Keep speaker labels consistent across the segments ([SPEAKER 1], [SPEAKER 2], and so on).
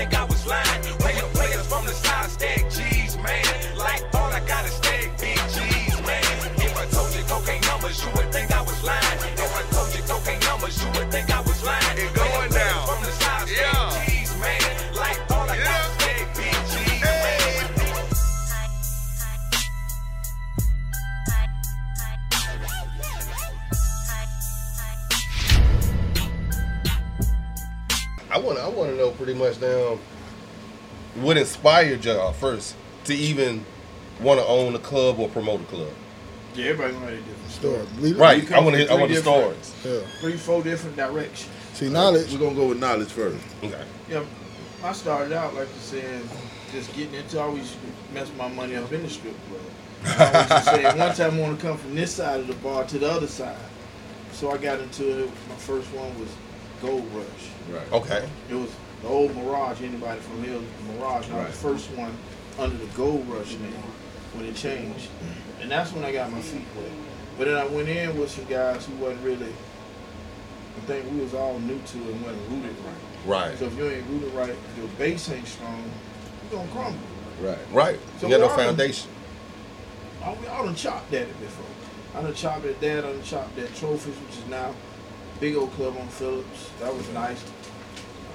[SPEAKER 1] line. Waiter, waiters from the side, stack cheese, man. Like all I got is stack big cheese, man. If I told you cocaine numbers, you would think I was lying. If I told you cocaine numbers, you would think I was lying.
[SPEAKER 2] It's going
[SPEAKER 1] Waiter, waiters
[SPEAKER 2] down.
[SPEAKER 1] From the side, stack
[SPEAKER 2] Yeah.
[SPEAKER 1] cheese, man. Like all I got is stack big cheese, man.
[SPEAKER 2] I want to I want to know pretty much down what inspired y'all first to even want to own a club or promote a club.
[SPEAKER 3] Yeah, everybody's gonna have a different
[SPEAKER 4] Story.
[SPEAKER 3] story.
[SPEAKER 4] Lead-
[SPEAKER 2] Right.
[SPEAKER 3] come
[SPEAKER 2] I want to
[SPEAKER 3] from
[SPEAKER 2] hear. I want the
[SPEAKER 3] three different-
[SPEAKER 2] stories.
[SPEAKER 4] Yeah.
[SPEAKER 3] Three, four different directions.
[SPEAKER 4] See, knowledge.
[SPEAKER 5] We're gonna go with knowledge first.
[SPEAKER 2] Okay.
[SPEAKER 3] Yeah, I started out like you said, just getting into. I always mess my money up in the strip club. I always just said one time I want to come from this side of the bar to the other side. So I got into it. My first one was Gold Rush.
[SPEAKER 5] Right.
[SPEAKER 2] Okay.
[SPEAKER 3] It was the old Mirage. Anybody from here, Mirage. I was
[SPEAKER 5] Right.
[SPEAKER 3] the first one under the Gold Rush name when it changed, and that's when I got my feet wet. But then I went in with some guys who wasn't really. I think we was all new to it and wasn't rooted right.
[SPEAKER 2] Right.
[SPEAKER 3] So if you ain't rooted right, your base ain't strong, you gonna crumble.
[SPEAKER 5] Right.
[SPEAKER 2] Right.
[SPEAKER 3] So
[SPEAKER 2] you got no
[SPEAKER 3] why-
[SPEAKER 2] foundation.
[SPEAKER 3] I, we- I done chopped at it before. I done chopped at that. I done chopped at trophies, which is now big old club on Phillips. That was nice.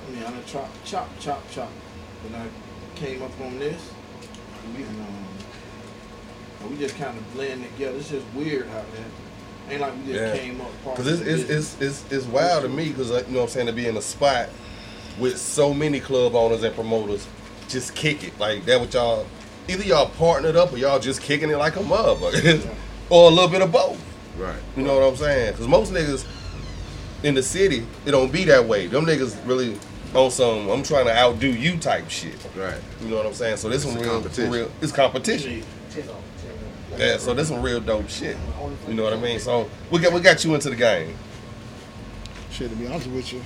[SPEAKER 3] I mean, I done chop, chop, chop, chop. When I came up on this, we um, we just kind of blend together. It's just weird how that ain't like we just
[SPEAKER 2] Yeah.
[SPEAKER 3] came up. part
[SPEAKER 2] Because it's
[SPEAKER 3] of
[SPEAKER 2] it's,
[SPEAKER 3] the business.
[SPEAKER 2] it's it's it's wild to me because you know what I'm saying to be in a spot with so many club owners and promoters just kick it like that with y'all either y'all partnered up or y'all just kicking it like a motherfucker or a little bit of both.
[SPEAKER 5] Right.
[SPEAKER 2] You know what I'm saying? Because most niggas in the city it don't be that way. Them niggas really on some I'm trying to outdo you type shit.
[SPEAKER 5] Right.
[SPEAKER 2] You know what I'm saying? So this
[SPEAKER 5] It's
[SPEAKER 2] one
[SPEAKER 5] a
[SPEAKER 2] real,
[SPEAKER 5] competition.
[SPEAKER 2] real it's competition. Yeah, so this some real dope shit. You know what I mean? So we got we got you into the game.
[SPEAKER 4] Shit, to be honest with you,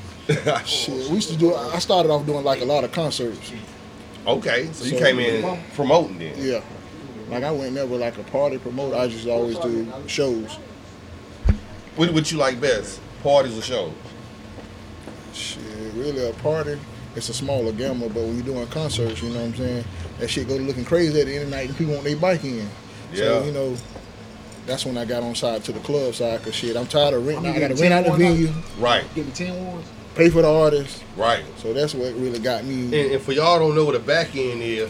[SPEAKER 4] shit, we used to do. I started off doing like a lot of concerts.
[SPEAKER 2] Okay, so you
[SPEAKER 4] So-
[SPEAKER 2] came in promoting then.
[SPEAKER 4] Yeah, like I went there with like a party promoter. I just always do shows.
[SPEAKER 2] What would you like best? Parties or shows?
[SPEAKER 4] Shit, really a party. It's a smaller gamble, but when you're doing concerts, you know what I'm saying. That shit go looking crazy at the end of the night, and people want their bike in.
[SPEAKER 2] Yeah.
[SPEAKER 4] So you know, that's when I got on side to the club side, cause shit, I'm tired of renting. I gotta rent out the venue,
[SPEAKER 2] Right,
[SPEAKER 6] Give me 10 ones.
[SPEAKER 4] pay for the artists.
[SPEAKER 2] right.
[SPEAKER 4] So that's what really got me.
[SPEAKER 2] And, and for y'all don't know what the back end is,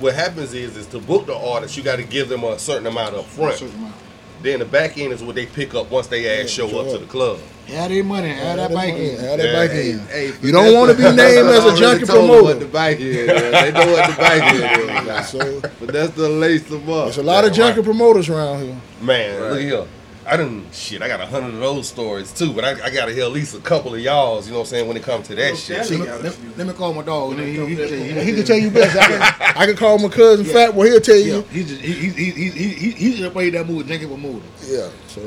[SPEAKER 2] what happens is is to book the artist, you got to give them a certain amount up front.
[SPEAKER 4] Certain amount.
[SPEAKER 2] Then the back end is what they pick up once they ass
[SPEAKER 4] Yeah,
[SPEAKER 2] show
[SPEAKER 4] show
[SPEAKER 2] up to
[SPEAKER 4] up.
[SPEAKER 2] the club.
[SPEAKER 6] Add that money. Add that bike in.
[SPEAKER 4] Add that
[SPEAKER 2] Yeah,
[SPEAKER 4] bike in.
[SPEAKER 5] hey,
[SPEAKER 4] you don't want to be named as a junkie
[SPEAKER 5] What the
[SPEAKER 4] promoter.
[SPEAKER 5] bike is? They know what the bike is. now.
[SPEAKER 4] So
[SPEAKER 5] But that's the lace them up.
[SPEAKER 4] there's a lot of
[SPEAKER 2] Yeah, right.
[SPEAKER 4] junkie promoters around here.
[SPEAKER 2] Man,
[SPEAKER 5] Right.
[SPEAKER 2] look here. I didn't shit. I got a hundred of those stories too, but I, I got to hear at least a couple of y'all's. You know what I'm saying? When it comes to that shit,
[SPEAKER 3] Shelly got a
[SPEAKER 6] Let,
[SPEAKER 3] few.
[SPEAKER 6] let- let me call my dog. He, he, he,
[SPEAKER 4] And He can tell you best. I can, I can call my cousin Fat Boy. He'll tell
[SPEAKER 6] Yeah,
[SPEAKER 4] you.
[SPEAKER 6] he just he he he he he, he, he just played that movie, Jenkins with movie.
[SPEAKER 4] Yeah. So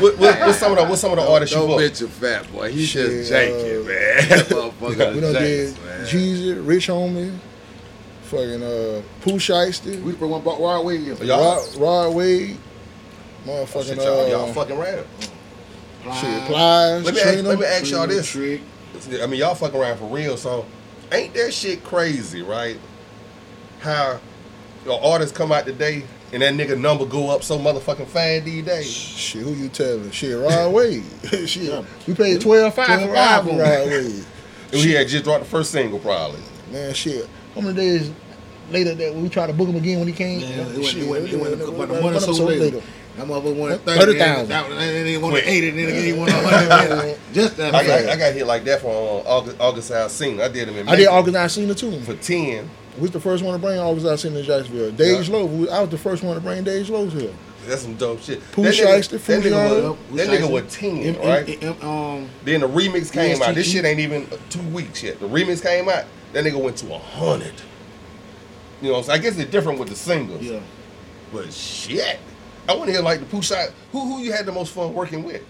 [SPEAKER 2] what, what, what's some of the what's some of the artists you
[SPEAKER 5] Don't
[SPEAKER 2] booked?
[SPEAKER 5] mention fat boy. He's
[SPEAKER 4] Shit,
[SPEAKER 5] just
[SPEAKER 4] uh,
[SPEAKER 5] janking, man. That motherfucker
[SPEAKER 4] we done did
[SPEAKER 5] is janking, man.
[SPEAKER 4] Jeezy, Rich Homie, fucking uh, Pooh Shiesty,
[SPEAKER 6] We the one bought Wild Wave.
[SPEAKER 2] Y'all- Oh,
[SPEAKER 4] Rod, Rod Wade, motherfucking
[SPEAKER 2] Shit, y'all, y'all
[SPEAKER 4] uh,
[SPEAKER 2] fucking around.
[SPEAKER 4] shit, Plies,
[SPEAKER 2] Let me ask-
[SPEAKER 4] Trina.
[SPEAKER 2] let me ask y'all this.
[SPEAKER 6] Trick.
[SPEAKER 2] I mean, y'all fuck around for real, so ain't that shit crazy, right? How your artists come out today and that nigga number go up so motherfucking fast these days.
[SPEAKER 4] Shit, who you telling? Shit, Rod Wade. shit, we paid twelve five for Rod
[SPEAKER 6] $12.5
[SPEAKER 4] Wade.
[SPEAKER 2] And we had just dropped the first single, probably.
[SPEAKER 4] Man, shit. How many days later that we tried to book him again when he came?
[SPEAKER 6] Yeah, it wasn't
[SPEAKER 4] Shit,
[SPEAKER 6] it wasn't it wasn't
[SPEAKER 4] it
[SPEAKER 6] about
[SPEAKER 4] wasn't
[SPEAKER 6] a month or so later.
[SPEAKER 4] later.
[SPEAKER 6] That motherfucker wanted
[SPEAKER 4] Thirty
[SPEAKER 6] thirty
[SPEAKER 4] thousand.
[SPEAKER 6] thousand. And then he wanted
[SPEAKER 2] Quick.
[SPEAKER 6] eighty, and then again he wanted hundred. Just that.
[SPEAKER 2] I got, I
[SPEAKER 6] fast.
[SPEAKER 2] got hit like that for um, August, August Alcina. I did him in
[SPEAKER 4] I did
[SPEAKER 2] Macon
[SPEAKER 4] August Alcina too.
[SPEAKER 2] for 10.
[SPEAKER 4] We was the first one to bring August Alcina to Jacksonville. Dave Lowe, we- I was the first one to bring Dave Lowe here.
[SPEAKER 2] That's some dope shit.
[SPEAKER 4] Pooh
[SPEAKER 2] that
[SPEAKER 4] Shiesty,
[SPEAKER 2] nigga, that
[SPEAKER 4] Pooh
[SPEAKER 2] nigga,
[SPEAKER 4] Shiesty.
[SPEAKER 2] was, that nigga was 10,
[SPEAKER 6] M- M-
[SPEAKER 2] right?
[SPEAKER 6] M- um,
[SPEAKER 2] then the remix came out. This
[SPEAKER 6] ESTG.
[SPEAKER 2] shit ain't even two weeks yet. The remix came out. That nigga went to 100. You know what I'm saying? I guess it's different with the singles.
[SPEAKER 6] yeah.
[SPEAKER 2] But shit, I want to hear like the poo shot. Who who you had the most fun working with,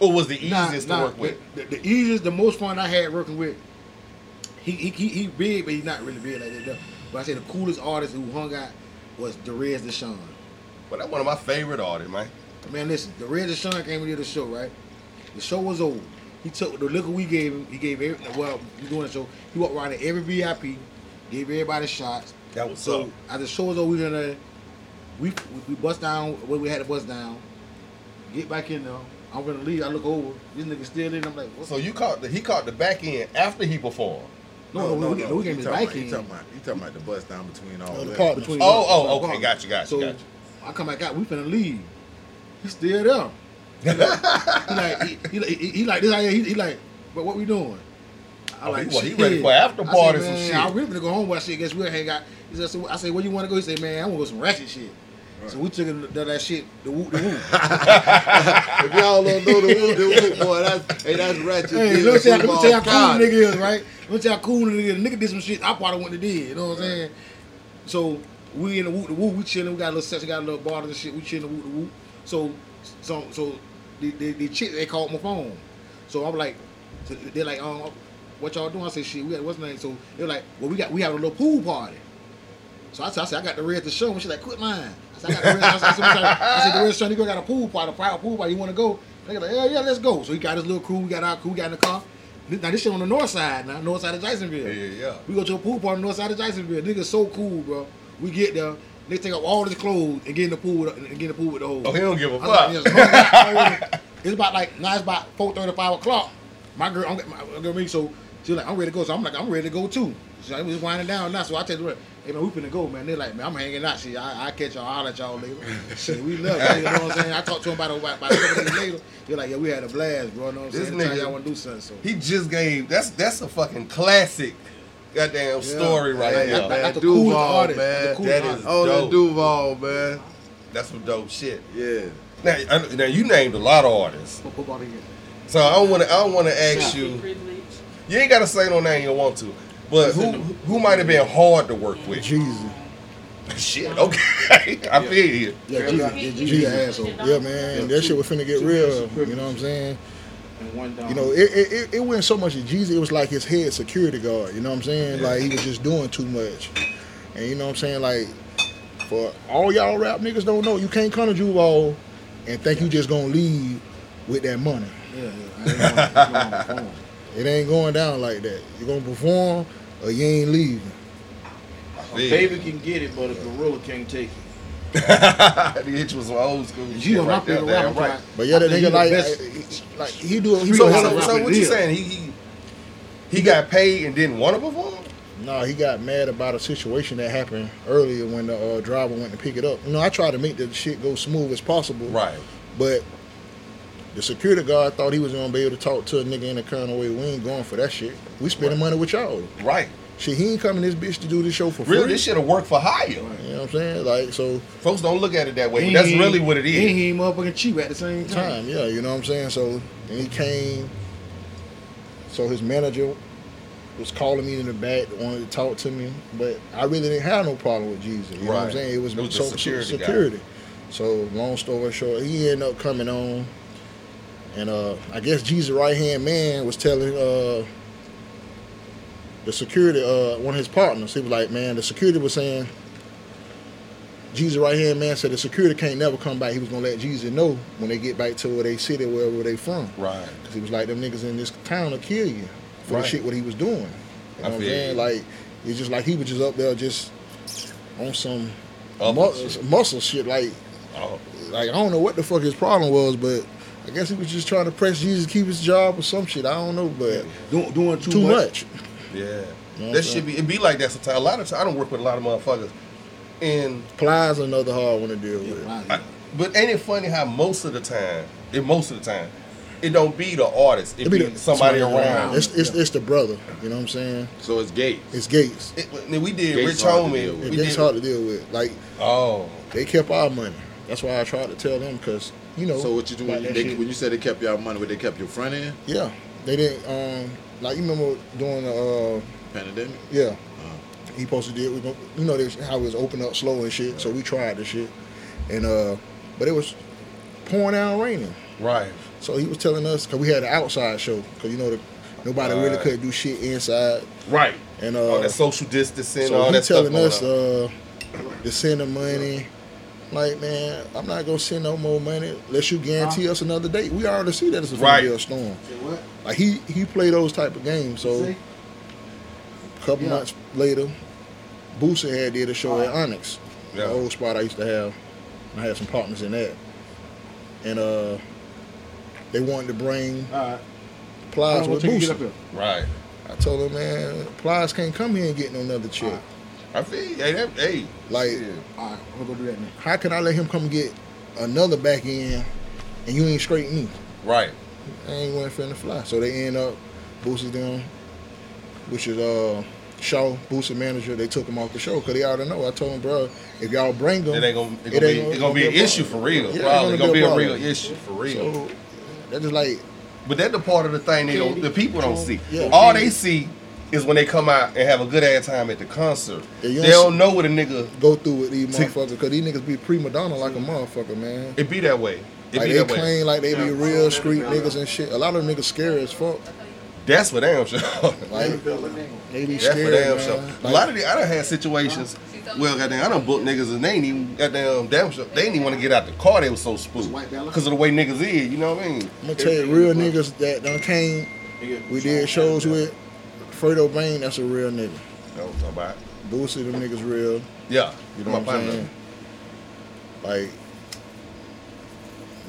[SPEAKER 2] or was the
[SPEAKER 6] Nah,
[SPEAKER 2] easiest
[SPEAKER 6] nah,
[SPEAKER 2] to work with?
[SPEAKER 6] The, the, the easiest, the most fun I had working with. He he he, he big, but he's not really big like that. Though. But I say the coolest artist who hung out was Derez Deshawn.
[SPEAKER 2] But that one of my favorite artists, man.
[SPEAKER 6] Man, listen, Derez Deshawn came to the show, right? The show was over.
[SPEAKER 5] He took the liquor we gave him. He gave every well, we doing a show. He walked around to every VIP, gave everybody shots.
[SPEAKER 2] That was
[SPEAKER 5] so.
[SPEAKER 2] up.
[SPEAKER 5] At the show was over, we done uh, we we- we bust down where we had to bust down. Get back in there. I'm gonna leave. I look over. This nigga still in. I'm like, what's
[SPEAKER 2] So you caught the he caught the back end after he performed.
[SPEAKER 5] No, no, no, we, no, we
[SPEAKER 7] You
[SPEAKER 5] gave his
[SPEAKER 7] talking about-
[SPEAKER 5] bike
[SPEAKER 7] You
[SPEAKER 5] in.
[SPEAKER 7] talking about you talking about the bus down between all
[SPEAKER 4] Oh, the
[SPEAKER 7] that.
[SPEAKER 4] part between.
[SPEAKER 5] Between-
[SPEAKER 2] Oh, oh,
[SPEAKER 5] Between-
[SPEAKER 2] okay, gotcha, gotcha,
[SPEAKER 5] So
[SPEAKER 2] gotcha.
[SPEAKER 5] I come back out. We finna leave. He's still there. he like he, he, like- he, he like this. out here, He, he like, but what we doing? I
[SPEAKER 2] Oh, he wa- he ready for after
[SPEAKER 5] I
[SPEAKER 2] party
[SPEAKER 5] said,
[SPEAKER 2] some
[SPEAKER 5] "Man,
[SPEAKER 2] shit."
[SPEAKER 5] I really finna go home. But I said, guess we'll hang out. He said, so, I said, where you want to go? He said, man, I want to go some ratchet shit. So we took him to that shit. The woo, the woo.
[SPEAKER 7] If y'all don't know the whoop, the whoop, boy, that's hey, that's ratchet.
[SPEAKER 5] hey,
[SPEAKER 7] shit.
[SPEAKER 5] let me tell you
[SPEAKER 7] Football
[SPEAKER 5] let me tell you how cool
[SPEAKER 7] God.
[SPEAKER 5] the nigga is, right? Let me tell you how cool the nigga is. The nigga did some shit I probably wouldn't have did. You know what I'm saying? So we in the woo the woo, we chilling. We got a little section, got a little bar and shit. We chilling the woo the woo. So so so the the, the chick they called my phone. So I'm like, so they're like, um, what y'all doing? I said, shit, we got what's name. So they're like, well, we got we having a little pool party. So I said, I said, I got the red to show him. She's like, quit lying. I said, I got the red. I said, I said, I said the red show. Nigga got a pool party, a private pool party. You want to go? Nigga like, yeah, yeah, let's go. So he got his little crew. We got our crew. We got in the car. This- Now this shit on the north side. Now north side of Jacksonville.
[SPEAKER 2] Yeah, yeah, yeah.
[SPEAKER 5] We go to a pool party on the north side of Jacksonville. Nigga so cool, bro. We get there. They take off all his clothes and get in the pool with, and get in the pool with the whole.
[SPEAKER 2] Oh, he don't give a
[SPEAKER 5] I was
[SPEAKER 2] fuck.
[SPEAKER 5] like, yes, hung out. it's about like now it's about four thirty, five o'clock. My girl, I'm, my girl, me, so she's like, I'm ready to go. So I'm like, I'm ready to go too. So I was winding down now. So I tell her, hey man, we finna go, man. They're like, man, I'm hanging out. Shit, I, I catch y'all, I'll at y'all later. Shit, we love you. You know what I'm saying? I talked to him about it about, about seven days later. They're like, yeah, we had a blast, bro. You know what I'm
[SPEAKER 2] This
[SPEAKER 5] saying? Anytime
[SPEAKER 2] nigga-
[SPEAKER 5] y'all wanna do something, so.
[SPEAKER 2] He just gave that's that's a fucking classic goddamn story right
[SPEAKER 7] Yeah,
[SPEAKER 2] there.
[SPEAKER 7] man,
[SPEAKER 5] like the
[SPEAKER 7] Duval,
[SPEAKER 5] coolest artist, like
[SPEAKER 7] man.
[SPEAKER 5] the coolest
[SPEAKER 7] that is
[SPEAKER 2] artist.
[SPEAKER 7] oh,
[SPEAKER 2] Dope.
[SPEAKER 7] the Duval, man.
[SPEAKER 2] That's some dope shit.
[SPEAKER 7] Yeah.
[SPEAKER 2] Now, I- now you named a lot of artists.
[SPEAKER 5] Football again.
[SPEAKER 2] So I don't wanna I don't wanna ask
[SPEAKER 8] Shopping
[SPEAKER 2] you
[SPEAKER 8] privilege.
[SPEAKER 2] you ain't gotta say no name you don't want to. But who who might have been hard to work with?
[SPEAKER 4] Jesus.
[SPEAKER 2] Shit, okay. I feel you.
[SPEAKER 5] Yeah, Jesus, yeah, Jesus,
[SPEAKER 4] Jesus.
[SPEAKER 5] an asshole.
[SPEAKER 4] Yeah, man. That shit was finna get real. You know what I'm saying?
[SPEAKER 3] and one down.
[SPEAKER 4] You know, it, it, it, it wasn't so much as Jeezy, it was like his head security guard, you know what I'm saying? Like he was just doing too much. And you know what I'm saying? Like for all y'all rap niggas don't know, you can't come to Juvo and think you just gonna leave with that money.
[SPEAKER 5] Yeah, yeah. I ain't going-
[SPEAKER 4] It ain't going down like that. You're gonna perform or you ain't leaving.
[SPEAKER 3] a baby can get it, but a gorilla can't take it.
[SPEAKER 2] the hitch was some old school
[SPEAKER 5] going.
[SPEAKER 2] shit
[SPEAKER 5] You know, my
[SPEAKER 2] right there,
[SPEAKER 5] favorite
[SPEAKER 2] damn
[SPEAKER 5] rapper.
[SPEAKER 2] right.
[SPEAKER 4] But yeah, that
[SPEAKER 5] I think
[SPEAKER 4] nigga
[SPEAKER 5] he the
[SPEAKER 4] like,
[SPEAKER 5] best-
[SPEAKER 4] I- like he do he
[SPEAKER 2] So,
[SPEAKER 4] do
[SPEAKER 2] so,
[SPEAKER 5] rapper
[SPEAKER 2] so what you
[SPEAKER 5] deal.
[SPEAKER 2] saying? He, he he got paid and didn't want to perform?
[SPEAKER 4] No, he got mad about a situation that happened earlier when the uh, driver went to pick it up. You know, I tried to make the shit go smooth as possible.
[SPEAKER 2] Right.
[SPEAKER 4] But the security guard thought he was gonna be able to talk to a nigga in a kind of way. We ain't going for that shit. We spending money with y'all.
[SPEAKER 2] Right.
[SPEAKER 4] Shit, he ain't coming this bitch to do this show for
[SPEAKER 2] Really,
[SPEAKER 4] free.
[SPEAKER 2] this should have worked for hire.
[SPEAKER 4] you know what I'm saying? Like so
[SPEAKER 2] Folks don't look at it that way,
[SPEAKER 5] And
[SPEAKER 2] but that's
[SPEAKER 5] he ain't-
[SPEAKER 2] really what it
[SPEAKER 5] And
[SPEAKER 2] is.
[SPEAKER 5] he ain't motherfucking cheap at the same time.
[SPEAKER 4] time, yeah, you know what I'm saying? So and he came so his manager was calling me in the back, wanted to talk to me, but I really didn't have no problem with Jesus. You know what I'm
[SPEAKER 2] Right.
[SPEAKER 4] saying? It was,
[SPEAKER 2] It was
[SPEAKER 4] so
[SPEAKER 2] the security guy.
[SPEAKER 4] security. So long story short, he ended up coming on and uh I guess Jesus right hand man was telling uh the security, uh, one of his partners, he was like, man, the security was saying, Jesus' right hand man said the security can't never come back. He was gonna let Jesus know when they get back to where they city, wherever they from.
[SPEAKER 2] Right.
[SPEAKER 4] Cause he was like, them niggas in this town will kill you for
[SPEAKER 2] Right.
[SPEAKER 4] the shit what he was doing. You know what I'm
[SPEAKER 2] feel
[SPEAKER 4] saying?
[SPEAKER 2] you.
[SPEAKER 4] Like, it's just like he was just up there just on some
[SPEAKER 2] Up
[SPEAKER 4] mu-
[SPEAKER 2] and shit.
[SPEAKER 4] muscle shit. Like,
[SPEAKER 2] Oh,
[SPEAKER 4] like I don't know what the fuck his problem was, but I guess he was just trying to press Jesus to keep his job or some shit. I don't know, but
[SPEAKER 5] Doing, doing too,
[SPEAKER 4] too
[SPEAKER 5] much.
[SPEAKER 4] much.
[SPEAKER 2] yeah.
[SPEAKER 4] Yeah,
[SPEAKER 2] that
[SPEAKER 4] so-
[SPEAKER 2] should be it be like that sometimes. A lot of times I don't work with a lot of motherfuckers. And
[SPEAKER 4] Plies another hard one to deal with.
[SPEAKER 5] Yeah,
[SPEAKER 2] I, but ain't it funny how most of the time, and most of the time, it don't be the artist, it,
[SPEAKER 4] It
[SPEAKER 2] be,
[SPEAKER 4] the-
[SPEAKER 2] somebody, around.
[SPEAKER 4] It's, it's, it's the brother. You know what I'm saying?
[SPEAKER 7] So it's Gates.
[SPEAKER 4] It's Gates.
[SPEAKER 2] It- when we did
[SPEAKER 7] Gates
[SPEAKER 2] Rich
[SPEAKER 7] hard to deal
[SPEAKER 2] Homie.
[SPEAKER 7] with.
[SPEAKER 4] It's
[SPEAKER 2] We
[SPEAKER 4] Gates
[SPEAKER 2] did,
[SPEAKER 4] hard to deal with. Like
[SPEAKER 2] oh,
[SPEAKER 4] they kept our money. That's why I tried to tell them because you know.
[SPEAKER 7] So what you do
[SPEAKER 4] about
[SPEAKER 7] when you,
[SPEAKER 4] that
[SPEAKER 7] they,
[SPEAKER 4] shit.
[SPEAKER 7] when you said they kept your money, what they kept your front end?
[SPEAKER 4] Yeah, they didn't. Um, like you remember doing the uh,
[SPEAKER 7] Pandemic.
[SPEAKER 4] yeah.
[SPEAKER 7] Uh-huh.
[SPEAKER 4] He supposed to did. We gon- you know this how it was open up slow and shit. So we tried the shit, and uh, but it was pouring down raining.
[SPEAKER 2] right.
[SPEAKER 4] So he was telling us because we had an outside show because you know the, nobody really
[SPEAKER 2] Right.
[SPEAKER 4] could do shit inside.
[SPEAKER 2] Right.
[SPEAKER 4] And uh,
[SPEAKER 2] all that social distancing,
[SPEAKER 4] So
[SPEAKER 2] all
[SPEAKER 4] he
[SPEAKER 2] that
[SPEAKER 4] telling uh,
[SPEAKER 2] stuff.
[SPEAKER 4] us
[SPEAKER 2] going on.
[SPEAKER 4] uh, to send the money. Like, man, I'm not gonna send no more money unless you guarantee us another date. We already see that it's a
[SPEAKER 2] Right.
[SPEAKER 4] right. be a storm.
[SPEAKER 5] Say what?
[SPEAKER 4] Like he he play those type of games. So
[SPEAKER 5] See?
[SPEAKER 4] a couple
[SPEAKER 5] Yeah.
[SPEAKER 4] months later, Boosie had did a show at Onyx,
[SPEAKER 2] Yeah.
[SPEAKER 4] the old spot I used to have. I had some partners in that, and uh, they wanted to bring
[SPEAKER 6] All right. I
[SPEAKER 4] Plies
[SPEAKER 6] don't want
[SPEAKER 4] with
[SPEAKER 6] to get up
[SPEAKER 4] Boosie.
[SPEAKER 6] here.
[SPEAKER 2] Right.
[SPEAKER 4] I told him, man, Plies can't come here and get no another chick.
[SPEAKER 2] I feel hey, that, hey,
[SPEAKER 4] Like,
[SPEAKER 2] shit.
[SPEAKER 6] All right, I'm gonna go do that now.
[SPEAKER 4] how can I let him come get another back end and you ain't straight me?
[SPEAKER 2] right.
[SPEAKER 4] I ain't went finna fly. So they end up Boosie's them, which is uh Shaw, Boosie manager, they took him off the show because they already know. I told him, bro, if y'all bring him,
[SPEAKER 2] It ain't gonna it gonna be it gonna be an issue for real.
[SPEAKER 4] Yeah, it
[SPEAKER 2] Probably
[SPEAKER 4] ain't
[SPEAKER 2] gonna be a
[SPEAKER 4] problem.
[SPEAKER 2] real issue for real.
[SPEAKER 4] So that is like
[SPEAKER 2] But that's the part of the thing they don't, the people don't see.
[SPEAKER 4] Yeah.
[SPEAKER 2] All they see is when they come out and have a good ass time at the concert.
[SPEAKER 4] Yeah, you
[SPEAKER 2] they
[SPEAKER 4] don't
[SPEAKER 2] don't know what a nigga.
[SPEAKER 4] go through with these
[SPEAKER 2] See-
[SPEAKER 4] motherfuckers because these niggas be prima donna like a motherfucker, man.
[SPEAKER 2] It be that way. It
[SPEAKER 4] Like
[SPEAKER 2] be
[SPEAKER 4] they
[SPEAKER 2] that way.
[SPEAKER 4] claim like they be
[SPEAKER 5] Yeah.
[SPEAKER 4] real street niggas and shit. A lot of them niggas scary as fuck.
[SPEAKER 2] That's what damn sure.
[SPEAKER 4] Like they be
[SPEAKER 2] That's for
[SPEAKER 4] scared.
[SPEAKER 2] damn
[SPEAKER 4] man.
[SPEAKER 2] sure. A
[SPEAKER 4] Like,
[SPEAKER 2] lot of the I done had situations. Well, goddamn, I done booked niggas and they ain't even goddamn damn sure. They didn't even want to get out the car. They was so spooked
[SPEAKER 5] white balance.
[SPEAKER 2] because of the way niggas is. You know what I mean?
[SPEAKER 4] I'm gonna tell you, real niggas that done came, we did shows with Fredo Bain. That's a real nigga.
[SPEAKER 2] That's what I'm talking about.
[SPEAKER 4] Boosie, them niggas real.
[SPEAKER 2] Yeah,
[SPEAKER 4] You know
[SPEAKER 2] my
[SPEAKER 4] what I'm
[SPEAKER 2] partner.
[SPEAKER 4] saying? Like,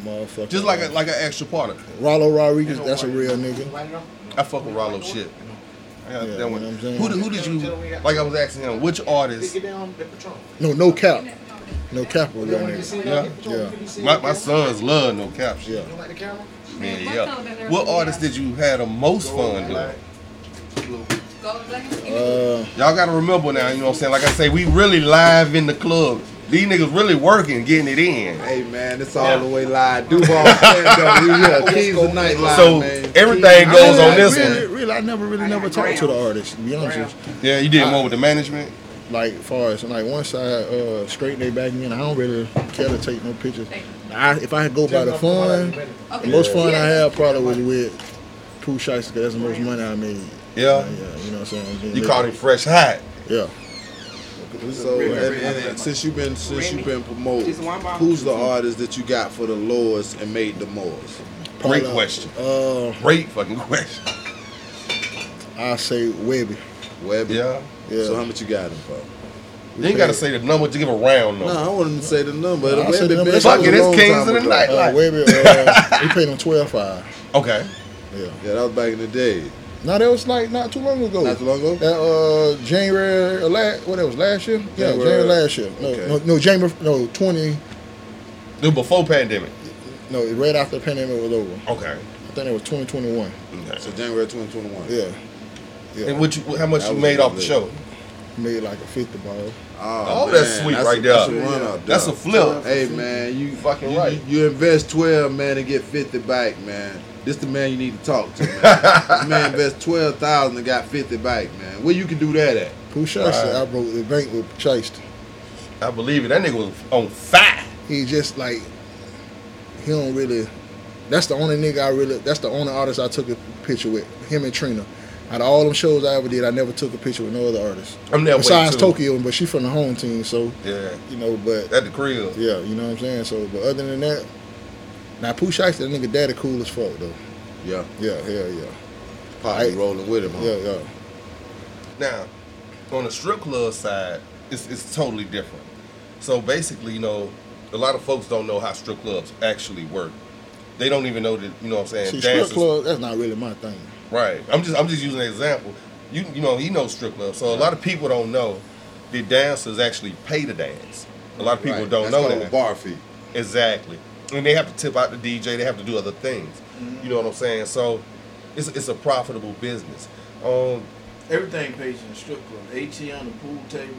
[SPEAKER 4] motherfucker.
[SPEAKER 2] Just like a, like an extra partner.
[SPEAKER 4] Rollo Rodriguez, that's a real nigga.
[SPEAKER 2] I fuck with Rollo shit. I got
[SPEAKER 4] Yeah,
[SPEAKER 2] that one.
[SPEAKER 4] you know what I'm saying?
[SPEAKER 2] Who, did- who did you like? I was asking him which artist
[SPEAKER 4] No, no cap. No cap with that nigga.
[SPEAKER 2] Yeah.
[SPEAKER 4] Yeah.
[SPEAKER 2] My, my sons love no caption.
[SPEAKER 4] Yeah.
[SPEAKER 2] Man,
[SPEAKER 9] Man, what color does
[SPEAKER 2] yeah.
[SPEAKER 9] everything
[SPEAKER 2] What artist
[SPEAKER 9] have?
[SPEAKER 2] did you have the most fun doing?
[SPEAKER 9] Gold and black and skinny.
[SPEAKER 4] Uh,
[SPEAKER 2] Y'all gotta remember now, you know what I'm saying? Like I say, we really live in the club. These niggas really working, getting it in.
[SPEAKER 5] Hey man, it's all the way live. Duval stand up. We here. Keys of night live,
[SPEAKER 2] So
[SPEAKER 5] man.
[SPEAKER 2] everything goes
[SPEAKER 4] really,
[SPEAKER 2] on this
[SPEAKER 4] really,
[SPEAKER 2] one.
[SPEAKER 4] Really, I never really never talked to the artist. To be honest with you.
[SPEAKER 2] Yeah, you did one with the management.
[SPEAKER 4] Like, far as like once I uh, straighten they back in, I don't really care to take no pictures. I, if I go by the fun, the
[SPEAKER 9] Okay.
[SPEAKER 4] most fun I
[SPEAKER 9] Yeah.
[SPEAKER 4] had probably was with Pooh Shice because that's the most money I made.
[SPEAKER 2] Yeah.
[SPEAKER 4] Yeah, you know what I'm saying.
[SPEAKER 2] You called it fresh hot.
[SPEAKER 4] Yeah.
[SPEAKER 5] So and, and, and since you've been since you've been promoted, who's the artist that you got for the lowest and made the most?
[SPEAKER 2] Great
[SPEAKER 4] Probably,
[SPEAKER 2] question.
[SPEAKER 4] Uh,
[SPEAKER 2] Great fucking question.
[SPEAKER 4] I say Webby.
[SPEAKER 5] Webby.
[SPEAKER 2] Yeah.
[SPEAKER 4] Yeah.
[SPEAKER 5] So how much you got him for?
[SPEAKER 2] You ain't gotta say the number to give a round number.
[SPEAKER 5] No, I wouldn't say the number.
[SPEAKER 4] No, I said the number.
[SPEAKER 5] been-
[SPEAKER 4] Fuck it,
[SPEAKER 5] that was a
[SPEAKER 2] it's
[SPEAKER 5] long
[SPEAKER 2] Kings
[SPEAKER 5] time
[SPEAKER 2] of the
[SPEAKER 5] ago.
[SPEAKER 2] Night.
[SPEAKER 4] Uh, Webby. Uh, we paid him twelve five.
[SPEAKER 2] Okay.
[SPEAKER 4] Yeah.
[SPEAKER 5] Yeah, that was back in the day.
[SPEAKER 4] No, that was like not too long ago.
[SPEAKER 5] Not too long ago?
[SPEAKER 4] That uh, January uh, last. What that was last year? Yeah,
[SPEAKER 5] January-
[SPEAKER 4] January, last year. No,
[SPEAKER 5] okay.
[SPEAKER 4] no, no, January. No, twenty.
[SPEAKER 2] Do before pandemic.
[SPEAKER 4] No, right after the pandemic was over.
[SPEAKER 2] Okay.
[SPEAKER 4] I think it was twenty twenty one.
[SPEAKER 5] So January 2021.
[SPEAKER 4] Yeah. Yeah.
[SPEAKER 2] And what you, how much
[SPEAKER 5] That
[SPEAKER 2] you
[SPEAKER 5] was
[SPEAKER 2] made off the
[SPEAKER 5] good.
[SPEAKER 2] show?
[SPEAKER 4] Made like a fifty ball.
[SPEAKER 2] Oh, that's sweet right
[SPEAKER 5] That's
[SPEAKER 2] there.
[SPEAKER 5] a run up.
[SPEAKER 2] That's a flip.
[SPEAKER 5] Hey man, you
[SPEAKER 2] Fucking
[SPEAKER 5] you,
[SPEAKER 2] right.
[SPEAKER 5] You invest twelve, man, and get fifty back, man. This the man you need to talk to, man. This man invest twelve thousand and got fifty back, man. Where you can do that at?
[SPEAKER 4] Pooh Shice,
[SPEAKER 2] Right.
[SPEAKER 4] I broke the bank with Shice.
[SPEAKER 2] I believe it. That nigga was on fire.
[SPEAKER 4] he just like he don't really that's the only nigga I really that's the only artist I took a picture with him and Trina out of all them shows I ever did I never took a picture with no other artist
[SPEAKER 2] I'm that way,
[SPEAKER 4] besides
[SPEAKER 2] too.
[SPEAKER 4] Tokyo but she from the home team so
[SPEAKER 2] Yeah.
[SPEAKER 4] you know but
[SPEAKER 2] At the crib.
[SPEAKER 4] yeah you know what I'm saying so but other than that now Pooh Shiesty that nigga daddy cool as fuck though
[SPEAKER 5] Yeah,
[SPEAKER 4] yeah hell yeah
[SPEAKER 5] probably
[SPEAKER 4] Hey.
[SPEAKER 5] rolling with him.
[SPEAKER 2] Oh.
[SPEAKER 5] Huh?
[SPEAKER 4] yeah yeah
[SPEAKER 2] Now, on the strip club side, it's, it's totally different. So basically, you know, a lot of folks don't know how strip clubs actually work. They don't even know that, you know what I'm saying?
[SPEAKER 4] see strip
[SPEAKER 2] dancers-
[SPEAKER 4] club that's not really my thing
[SPEAKER 2] Right. I'm just I'm just using an example. You you know, he knows strip club. So a lot of people don't know that dancers actually pay to dance. A lot of people
[SPEAKER 5] Right.
[SPEAKER 2] don't
[SPEAKER 5] That's
[SPEAKER 2] know
[SPEAKER 5] called
[SPEAKER 2] that.
[SPEAKER 5] a bar fee.
[SPEAKER 2] Exactly. And they have to tip out the DJ. They have to do other things. You know what I'm saying? So it's, it's a profitable business. Um,
[SPEAKER 3] Everything pays in the strip club. ATM, the pool table,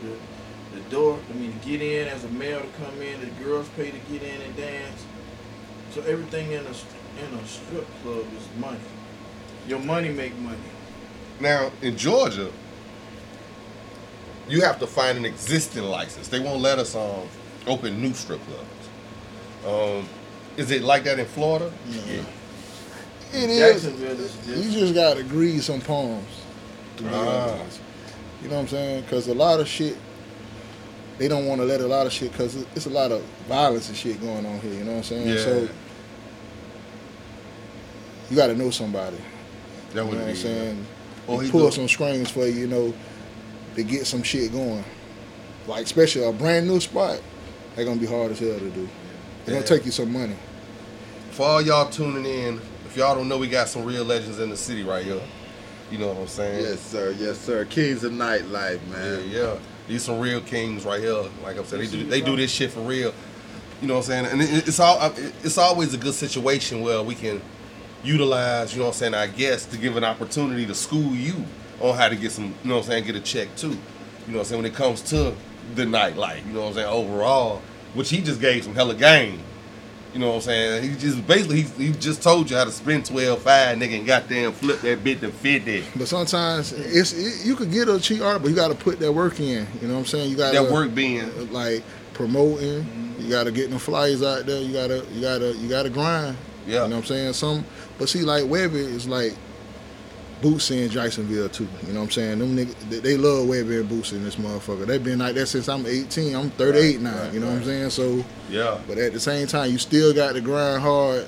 [SPEAKER 3] the, the door. I mean, to get in as a male to come in. The girls pay to get in and dance. So everything in a in a strip club is money. Your money make money.
[SPEAKER 2] now in Georgia, you have to find an existing license. They won't let us um, open new strip clubs. Um, is it like that in Florida? Yeah.
[SPEAKER 4] it is
[SPEAKER 3] Jacksonville is
[SPEAKER 4] You
[SPEAKER 3] different.
[SPEAKER 4] just gotta grease some palms. to be
[SPEAKER 2] Ah.
[SPEAKER 4] honest. You know what I'm saying? Because a lot of shit they don't want to let a lot of shit because it's a lot of violence and shit going on here. You know what I'm saying?
[SPEAKER 2] Yeah.
[SPEAKER 4] So you got to know somebody.
[SPEAKER 2] That what
[SPEAKER 4] You know what
[SPEAKER 2] it
[SPEAKER 4] I'm
[SPEAKER 2] is.
[SPEAKER 4] saying?
[SPEAKER 2] Or he
[SPEAKER 4] pull
[SPEAKER 2] do-
[SPEAKER 4] some strings for you, you know, to get some shit going. Like especially a brand new spot, they gonna be hard as hell to do. It's
[SPEAKER 2] Yeah.
[SPEAKER 4] gonna take you some money.
[SPEAKER 2] For all y'all tuning in, if y'all don't know, we got some real legends in the city right here. You know what I'm saying?
[SPEAKER 5] Yes, sir. Yes, sir. Kings of nightlife, man.
[SPEAKER 2] Yeah, yeah. These some real kings right here. Like I said, they do they do this shit for real. You know what I'm saying? And it, it's all it's always a good situation where we can utilize. You know what I'm saying? I guess to give an opportunity to school you on how to get some. You know what I'm saying? Get a check too. You know what I'm saying? When it comes to the nightlife, you know what I'm saying? Overall, which he just gave some hella game. You know what I'm saying? He just basically he, he just told you how to spend 12 five nigga and goddamn flip that bit to 50.
[SPEAKER 4] But sometimes it's it, you could get a cheap art, but you got to put that work in. You know what I'm saying? You got
[SPEAKER 2] That work being
[SPEAKER 4] like promoting. You gotta get them flyers out there. You gotta you gotta you gotta grind.
[SPEAKER 2] Yeah.
[SPEAKER 4] You know what I'm saying? Some but see like Webby is like Bootsy in Jacksonville too. You know what I'm saying? Them niggas they, they love Webby and Bootsy in this motherfucker. They've been like that since I'm 18. I'm 38
[SPEAKER 2] Right,
[SPEAKER 4] now.
[SPEAKER 2] right,
[SPEAKER 4] you know what I'm saying? So
[SPEAKER 2] yeah.
[SPEAKER 4] but at the same time you still got to grind hard.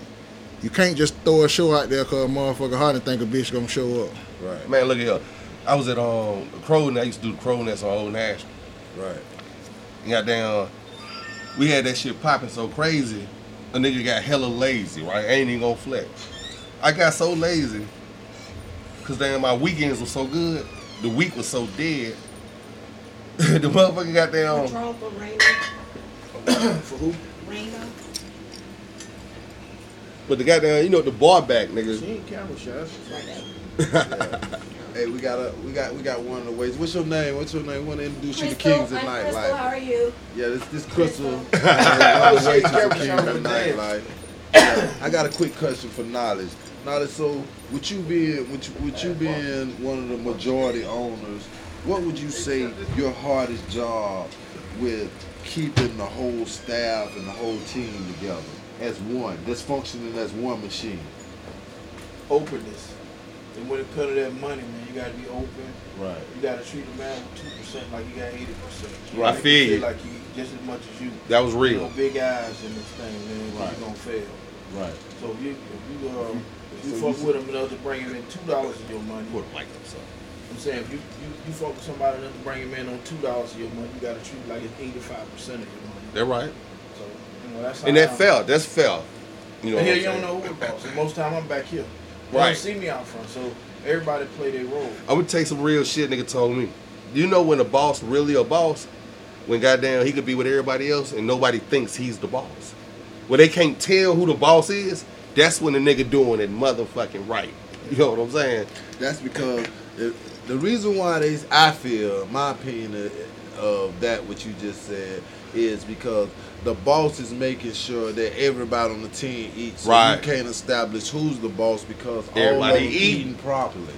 [SPEAKER 4] You can't just throw a show out there cause a motherfucker hard and think a bitch gonna show up.
[SPEAKER 5] Right.
[SPEAKER 2] Man, look at here. I was at um Crow and I used to do the Crow Nest on Old National.
[SPEAKER 5] Right.
[SPEAKER 2] And goddamn, we had that shit popping so crazy, a nigga got hella lazy, right? I ain't even gonna flex. I got so lazy, cause damn my weekends were so good, the week was so dead. the motherfucker got down.
[SPEAKER 10] Control for Raina.
[SPEAKER 3] For who?
[SPEAKER 10] Raina.
[SPEAKER 2] But the goddamn, you know, the bar back,
[SPEAKER 3] She
[SPEAKER 2] nigga.
[SPEAKER 3] ain't camera shy.
[SPEAKER 5] Hey, we got a we got we got one of the ways. What's your name? What's your name? We want to introduce you to
[SPEAKER 10] Crystal,
[SPEAKER 5] Kings of
[SPEAKER 10] I'm Crystal,
[SPEAKER 5] Nightlife.
[SPEAKER 10] How are you?
[SPEAKER 5] Yeah, this this Crystal.
[SPEAKER 10] Crystal.
[SPEAKER 5] Yeah, one of "Oh, the ways to
[SPEAKER 3] Camera
[SPEAKER 5] Kings
[SPEAKER 3] shot
[SPEAKER 5] of
[SPEAKER 3] with the
[SPEAKER 5] Nightlife. Yeah, I got a quick question for knowledge. Knowledge. So, with you being with you, with you being one of the majority owners, what would you say your hardest job with keeping the whole staff and the whole team together as one, that's functioning as one machine?
[SPEAKER 3] Openness. And when it comes to that money, man, you gotta be open.
[SPEAKER 5] Right.
[SPEAKER 3] You gotta treat a man with two percent like you got eighty percent.
[SPEAKER 2] Right. I feel you.
[SPEAKER 3] Like you just as much as you.
[SPEAKER 2] That was
[SPEAKER 3] You know,
[SPEAKER 2] real.
[SPEAKER 3] big eyes in this thing, man. Right.
[SPEAKER 5] Right.
[SPEAKER 3] You gonna fail.
[SPEAKER 5] Right.
[SPEAKER 3] So if you if you uh, if you
[SPEAKER 5] So
[SPEAKER 3] fuck
[SPEAKER 5] you-
[SPEAKER 3] with them enough to bring him in two dollars of your money,
[SPEAKER 2] Put a mic up, son.
[SPEAKER 3] I'm saying if you, you, you fuck with somebody enough to bring him in on two dollars of your money, you gotta treat it like it's eighty five percent of your money.
[SPEAKER 2] That right.
[SPEAKER 3] So you know that's how
[SPEAKER 2] And
[SPEAKER 3] I-
[SPEAKER 2] that fell. That's fell. You know.
[SPEAKER 3] And
[SPEAKER 2] what
[SPEAKER 3] here
[SPEAKER 2] I'm
[SPEAKER 3] you
[SPEAKER 2] saying?
[SPEAKER 3] don't know who it boss. And most time I'm back here. You
[SPEAKER 2] Right.
[SPEAKER 3] don't see me out front, so everybody play their role.
[SPEAKER 2] I'm gonna take some real shit nigga told me. You know when a boss really a boss, when goddamn he could be with everybody else and nobody thinks he's the boss. When they can't tell who the boss is, that's when the nigga doing it motherfucking right. You know what I'm saying?
[SPEAKER 5] That's because the, the reason why they, I feel, my opinion of, of that what you just said is because the boss is making sure that everybody on the team eats. So
[SPEAKER 2] Right.
[SPEAKER 5] You can't establish who's the boss because all of
[SPEAKER 2] Everybody
[SPEAKER 5] them
[SPEAKER 2] eating.
[SPEAKER 5] eating properly.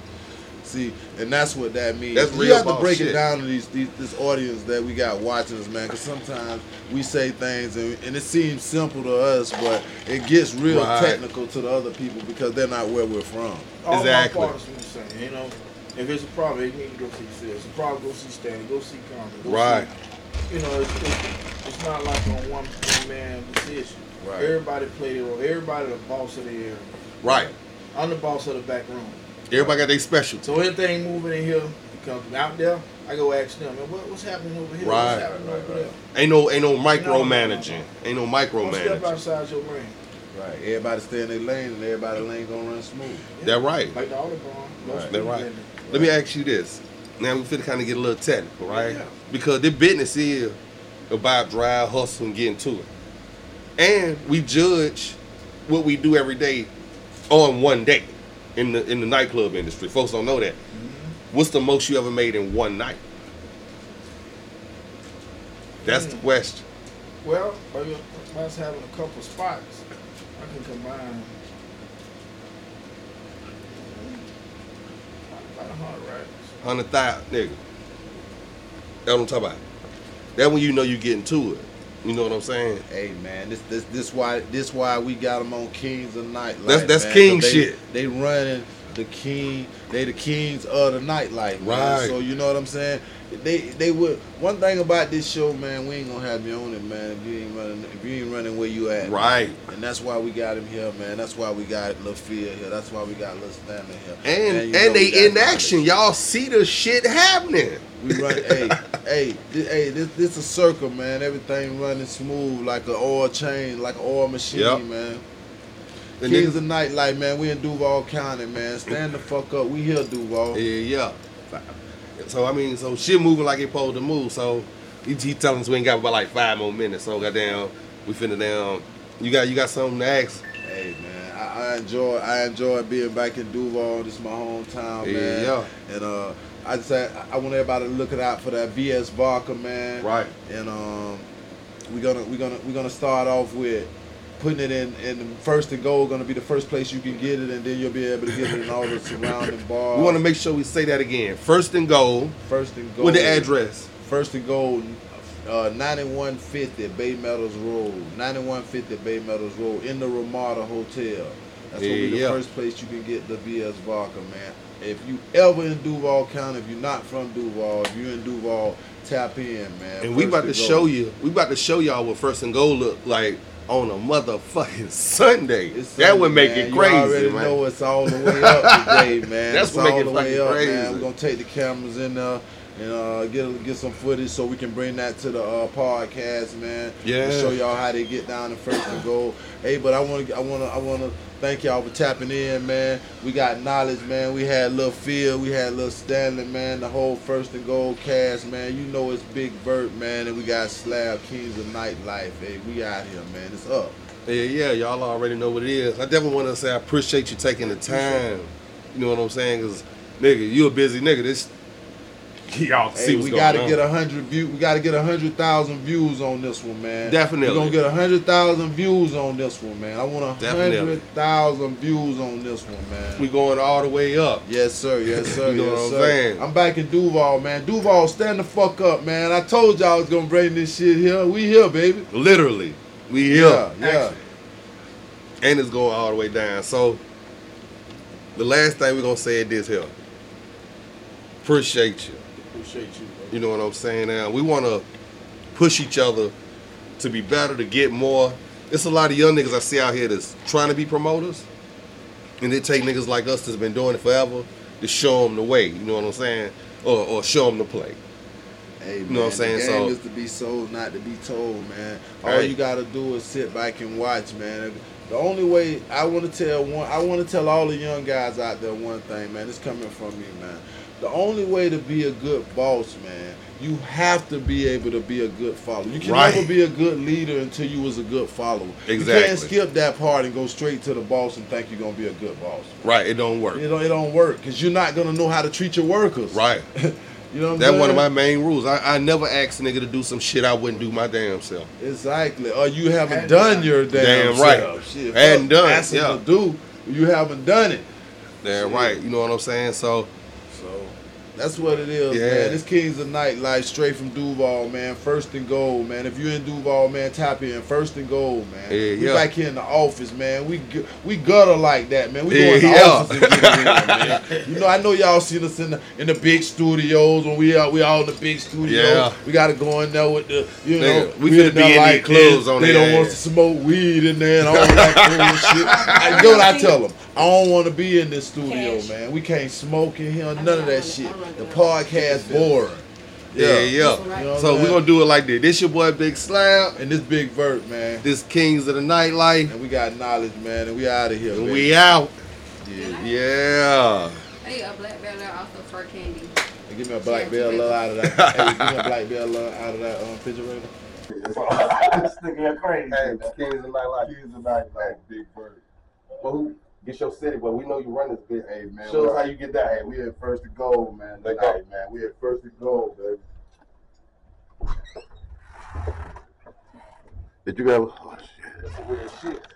[SPEAKER 5] See, and that's what that means.
[SPEAKER 2] That's
[SPEAKER 5] you
[SPEAKER 2] real
[SPEAKER 5] have to
[SPEAKER 2] boss
[SPEAKER 5] break it
[SPEAKER 2] shit.
[SPEAKER 5] down to these, these this audience that we got watching us, man. Because sometimes we say things and, and it seems simple to us, but it gets real
[SPEAKER 2] Right.
[SPEAKER 5] technical to the other people because they're not where we're from.
[SPEAKER 3] All
[SPEAKER 2] Exactly.
[SPEAKER 3] my partners what I'm saying, you know. If it's a problem, you need to go see Phil. It's a problem, go see Stanley, go see Connie. go see-
[SPEAKER 2] Right.
[SPEAKER 3] you know, it's, it's, it's not like on one, one man decision.
[SPEAKER 5] Right.
[SPEAKER 3] Everybody play their role. Everybody the boss of the area.
[SPEAKER 2] Right.
[SPEAKER 3] I'm the boss of the back room.
[SPEAKER 2] Everybody got their specialty.
[SPEAKER 3] So anything moving in here, because out there, I go ask them, "Man, what, what's happening over here?
[SPEAKER 2] Right.
[SPEAKER 3] What's happening over there?
[SPEAKER 2] Ain't no ain't no micromanaging. Ain't no
[SPEAKER 3] Don't step
[SPEAKER 2] micromanaging.
[SPEAKER 3] outside your lane.
[SPEAKER 5] Right. Everybody stay in their lane and everybody lane gonna run smooth.
[SPEAKER 2] That right.
[SPEAKER 3] Like the olive bar. no
[SPEAKER 5] Right.
[SPEAKER 2] That
[SPEAKER 3] speed
[SPEAKER 2] right.
[SPEAKER 3] limit.
[SPEAKER 2] Let me ask you this. Now we finna kind of get a little technical, right?
[SPEAKER 3] Yeah.
[SPEAKER 2] Because this business is about drive, hustle, and getting to it. And we judge what we do every day on one day in the in the nightclub industry. Folks don't know that. What's the most you ever made in one night? That's the question.
[SPEAKER 3] Well, by you- by us having a couple spots, I can combine. About a hundred rides.
[SPEAKER 2] Hundred thousand, nigga. That's what I'm talking about. That when you know you getting to it. You know what I'm saying?
[SPEAKER 5] Hey man, this this this why this why we got them on Kings of Nightlife.
[SPEAKER 2] That's- that's
[SPEAKER 5] man,
[SPEAKER 2] king
[SPEAKER 5] 'cause they-
[SPEAKER 2] shit.
[SPEAKER 5] They running the king. They the kings of the nightlife. man.
[SPEAKER 2] Right.
[SPEAKER 5] So you know what I'm saying. They they would. One thing about this show, man, we ain't gonna have you on it, man. If you ain't running, if you ain't running where you at,
[SPEAKER 2] Right.
[SPEAKER 5] And that's why we got him here, man. That's why we got Lil Fear here. That's why we got Lil Stammer here.
[SPEAKER 2] And
[SPEAKER 5] Man,
[SPEAKER 2] and,
[SPEAKER 5] you know
[SPEAKER 2] they
[SPEAKER 5] we got
[SPEAKER 2] in action. Y'all see the shit happening.
[SPEAKER 5] We run, hey, hey, this, hey, this, this a circle, man. Everything running smooth like an oil change, like an oil machine,
[SPEAKER 2] Yep.
[SPEAKER 5] man.
[SPEAKER 2] And
[SPEAKER 5] Kings
[SPEAKER 2] then-
[SPEAKER 5] of Nightlight, man. We in Duval County, man. Stand the fuck up. We here, Duval.
[SPEAKER 2] yeah, yeah. So I mean, so shit moving like it supposed to move. So he, he telling us we ain't got about like five more minutes. So goddamn, we finna down. You got you got something to ask?
[SPEAKER 5] Hey, man. I, I enjoy, I enjoy being back in Duval. This is my hometown, man.
[SPEAKER 2] Yeah.
[SPEAKER 5] And uh, I just, I, I want everybody to look it out for that BS Barker, man.
[SPEAKER 2] Right.
[SPEAKER 5] and um, we're gonna we're gonna we're gonna start off with putting it in in the first and goal gonna be the first place you can get it and then you'll be able to get it in all the surrounding bars.
[SPEAKER 2] We want to make sure we say that again. First and goal
[SPEAKER 5] first and goal
[SPEAKER 2] with the address.
[SPEAKER 5] First and goal uh, 9150 Bay Meadows Road. 9150 Bay Meadows Road in the Ramada Hotel. That's gonna be the
[SPEAKER 2] Yeah.
[SPEAKER 5] first place you can get the BS vodka, man. If you ever in Duval County, if you're not from Duval, if you're in Duval, tap in, man.
[SPEAKER 2] And we
[SPEAKER 5] First
[SPEAKER 2] about to
[SPEAKER 5] and
[SPEAKER 2] show
[SPEAKER 5] goal.
[SPEAKER 2] you. We about to show y'all what first and goal look like on a motherfucking Sunday.
[SPEAKER 5] It's
[SPEAKER 2] that would
[SPEAKER 5] Sunday,
[SPEAKER 2] make
[SPEAKER 5] man.
[SPEAKER 2] it crazy,
[SPEAKER 5] You already
[SPEAKER 2] man.
[SPEAKER 5] know it's all the way up today, man.
[SPEAKER 2] That's
[SPEAKER 5] it's
[SPEAKER 2] what make
[SPEAKER 5] all
[SPEAKER 2] it
[SPEAKER 5] the way
[SPEAKER 2] fucking
[SPEAKER 5] up, man.
[SPEAKER 2] crazy.
[SPEAKER 5] We're gonna take the cameras in there and uh, get get some footage so we can bring that to the uh, podcast, man. and
[SPEAKER 2] Yeah.
[SPEAKER 5] show y'all how they get down to first and goal. Hey, but I want to, I want to, I want to thank y'all for tapping in, man. We got knowledge, man. We had Lil Field, we had Lil Stanley, man. The whole first and goal cast, man. You know it's Big Burt, man, and we got Slab Kings of Nightlife. Hey, we out here, man. It's up.
[SPEAKER 2] Yeah, yeah, y'all already know what it is. I definitely want to say I appreciate you taking the time. You know what I'm saying? Cause nigga, you a busy nigga. This y'all can see
[SPEAKER 5] Hey,
[SPEAKER 2] what's
[SPEAKER 5] we
[SPEAKER 2] going
[SPEAKER 5] gotta
[SPEAKER 2] on.
[SPEAKER 5] get a hundred view. We gotta get a hundred thousand views on this one, man.
[SPEAKER 2] Definitely.
[SPEAKER 5] we gonna get a hundred thousand views on this one, man. I want a
[SPEAKER 2] Definitely.
[SPEAKER 5] hundred thousand views on this one, man.
[SPEAKER 2] we going all the way up.
[SPEAKER 5] yes, sir. Yes, sir.
[SPEAKER 2] You know
[SPEAKER 5] yes,
[SPEAKER 2] what I'm
[SPEAKER 5] sir.
[SPEAKER 2] saying?
[SPEAKER 5] I'm back in Duval, man. Duval, stand the fuck up, man. I told y'all I was gonna bring this shit here. We here, baby.
[SPEAKER 2] Literally, we here,
[SPEAKER 5] yeah. yeah.
[SPEAKER 2] and it's going all the way down. So the last thing we're gonna say is this here. Appreciate you.
[SPEAKER 3] Appreciate you, bro.
[SPEAKER 2] You know what I'm saying? Now we want to push each other to be better, to get more. It's a lot of young niggas I see out here that's trying to be promoters, and they take niggas like us that's been doing it forever to show them the way. You know what I'm saying? Or, or show them the play.
[SPEAKER 5] Hey, man,
[SPEAKER 2] know what I'm saying?
[SPEAKER 5] The game
[SPEAKER 2] So-
[SPEAKER 5] is to be sold, not to be told, man. All
[SPEAKER 2] Right.
[SPEAKER 5] you gotta do is sit back and watch, man. The only way I want to tell one, I want to tell all the young guys out there one thing, man. It's coming from me, man. The only way to be a good boss, man, you have to be able to be a good follower. You can
[SPEAKER 2] Right.
[SPEAKER 5] never be a good leader until you was a good follower. You
[SPEAKER 2] Exactly.
[SPEAKER 5] can't skip that part and go straight to the boss and think you're gonna be a good boss.
[SPEAKER 2] Right? It don't work.
[SPEAKER 5] You know it don't work because you're not gonna know how to treat your workers.
[SPEAKER 2] Right.
[SPEAKER 5] You know what I'm
[SPEAKER 2] That
[SPEAKER 5] saying?
[SPEAKER 2] one of my main rules. I, I never ask a nigga to do some shit I wouldn't do my damn self.
[SPEAKER 5] Exactly. Or you haven't
[SPEAKER 3] Hadn't
[SPEAKER 5] done
[SPEAKER 3] done.
[SPEAKER 5] your damn,
[SPEAKER 2] Damn right.
[SPEAKER 5] self. Shit,
[SPEAKER 2] Hadn't
[SPEAKER 5] fuck
[SPEAKER 2] done it,
[SPEAKER 5] asking
[SPEAKER 2] yeah.
[SPEAKER 5] to do. You haven't done it.
[SPEAKER 2] Damn right. You know what I'm saying? So
[SPEAKER 5] So that's what it is,
[SPEAKER 2] Yeah.
[SPEAKER 5] man. This Kings of Nightlife straight from Duval, man. First and goal, man. If you're in Duval, man, tap in. First and goal, man.
[SPEAKER 2] Yeah,
[SPEAKER 5] we
[SPEAKER 2] yeah.
[SPEAKER 5] back here in the office, man. We gu- we gutter like that, man. We
[SPEAKER 2] Yeah,
[SPEAKER 5] going to
[SPEAKER 2] yeah.
[SPEAKER 5] the office and get it in, man. You know, I know y'all seen us in the in the big studios when we out we all in the big studios.
[SPEAKER 2] Yeah.
[SPEAKER 5] We gotta go in there with the you
[SPEAKER 2] Nigga,
[SPEAKER 5] know
[SPEAKER 2] we
[SPEAKER 5] in
[SPEAKER 2] finna be
[SPEAKER 5] there
[SPEAKER 2] in these
[SPEAKER 5] this.
[SPEAKER 2] clothes on
[SPEAKER 5] They
[SPEAKER 2] their
[SPEAKER 5] don't want
[SPEAKER 2] ass.
[SPEAKER 5] us to smoke weed in there and all that cool shit. I, you know what I tell them? I don't want to be in this studio,
[SPEAKER 9] Cash.
[SPEAKER 5] man. We can't smoke in here, none of that shit. The podcast boring.
[SPEAKER 2] yeah, yeah.
[SPEAKER 5] Yeah.
[SPEAKER 9] Right.
[SPEAKER 5] You know what
[SPEAKER 2] So
[SPEAKER 5] I'm
[SPEAKER 2] we
[SPEAKER 5] saying?
[SPEAKER 2] gonna do it like this. This your boy Big Slab.
[SPEAKER 5] and this big vert, man.
[SPEAKER 2] This Kings of the Nightlife.
[SPEAKER 5] And we got knowledge, man, and we out of here.
[SPEAKER 2] And
[SPEAKER 5] baby.
[SPEAKER 2] we out.
[SPEAKER 5] yeah.
[SPEAKER 2] Yeah.
[SPEAKER 9] Hey, a black bear there also for candy.
[SPEAKER 5] And give me a black bell love out of that. hey, give me a black bell love out of that um, refrigerator.
[SPEAKER 10] this nigga crazy.
[SPEAKER 2] Hey, Kings of Nightlife.
[SPEAKER 10] Kids are like, like big bird.
[SPEAKER 2] Well, who get your city, but we know you run this bitch.
[SPEAKER 10] Hey man,
[SPEAKER 2] Show us
[SPEAKER 10] we-
[SPEAKER 2] how you get that.
[SPEAKER 10] Hey, we had first to goal, man.
[SPEAKER 2] Let
[SPEAKER 10] Tonight,
[SPEAKER 2] go.
[SPEAKER 10] man, we had first to goal, baby. Did you guys? Oh shit, that's some weird shit.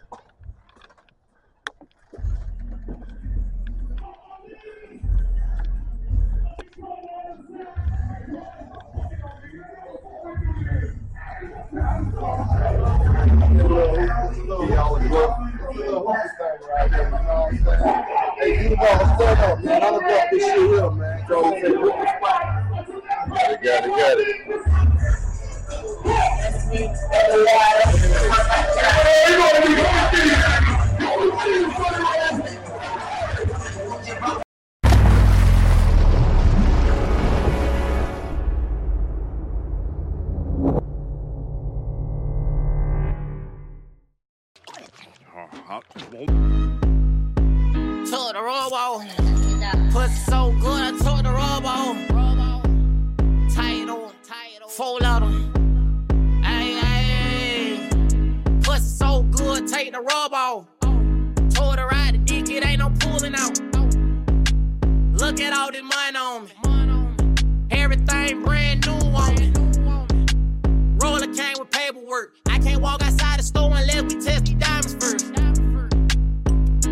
[SPEAKER 10] Hey, you know, stand up, man. I done brought this shit here, man. So, hey, look at the spot. got it, got it.
[SPEAKER 11] Took the rub off. Pussy so good, I took the rub off. Tight on, tight on. Fold out on. Ay, ay, ay. Pussy so good, take the rub off. Told her ride the dick, it ain't no pulling out. Look at all this money on me. Everything brand new on me. Roller came with paperwork. I can't walk outside the store unless we test the diamonds first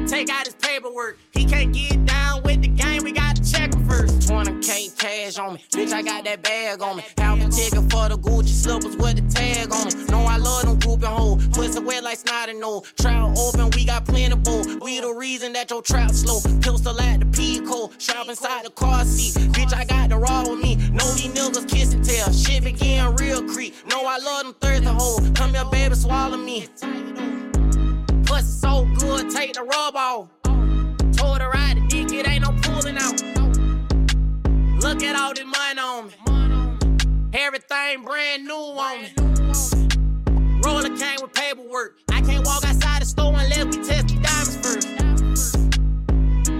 [SPEAKER 11] take out his paperwork. He can't get down with the game, we gotta check him first. 20k cash on me, bitch, I got that bag on me. Half a ticket for the Gucci slippers with the tag on it. No, I love them grouping hoes, pussy wet like snot and no. Trout open, we got plentiful. We the reason that your trap slow. Pistol at the Pico, shop inside the car seat. Bitch, I got the raw with me. No, these niggas kiss and tell. Shit be getting real creep. No, I love them thirsty hoes. Come here, baby, swallow me. Pussy so good, take the rub off. Told her ride the dick, it ain't no pulling out. Look at all this money on me. Everything brand new on me. Roller came with paperwork. I can't walk outside the store unless we test the diamonds first.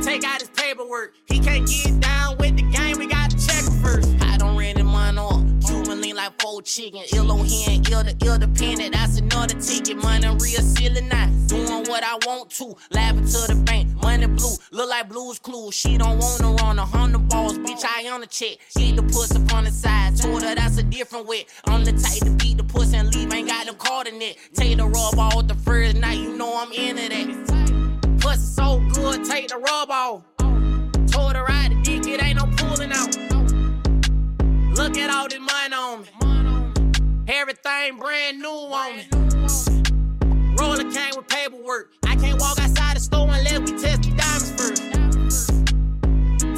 [SPEAKER 11] Take out his paperwork. He can't get down with the game. We gotta check him first. I don't rent him mine off. Cuban lean like four chicken. Ill on hand, ill to ill dependent. That's another ticket. Money real silly now. Doing what I want to. Laughing to the bank. Money blue. Look like blues clues. She don't wanna run a hundred balls. Bitch, I on the check. Eat the pussy from the side. Told her that's a different wet. I'm the type to beat the pussy and leave. Ain't got no card in it. Take the rub off the first night. You know I'm into that. Pussy so good. Take the rub off. Told her ride the dick. It ain't no pulling out. Look at all this money on me. Everything brand new on me. Roller came with paperwork. I can't walk outside the store unless we test the diamonds first.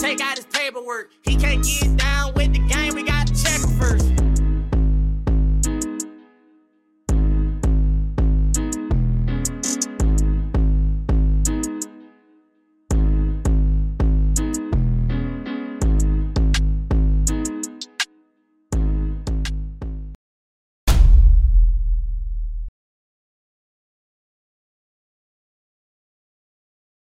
[SPEAKER 11] Take out his paperwork. He can't get down with the game. We gotta check him first.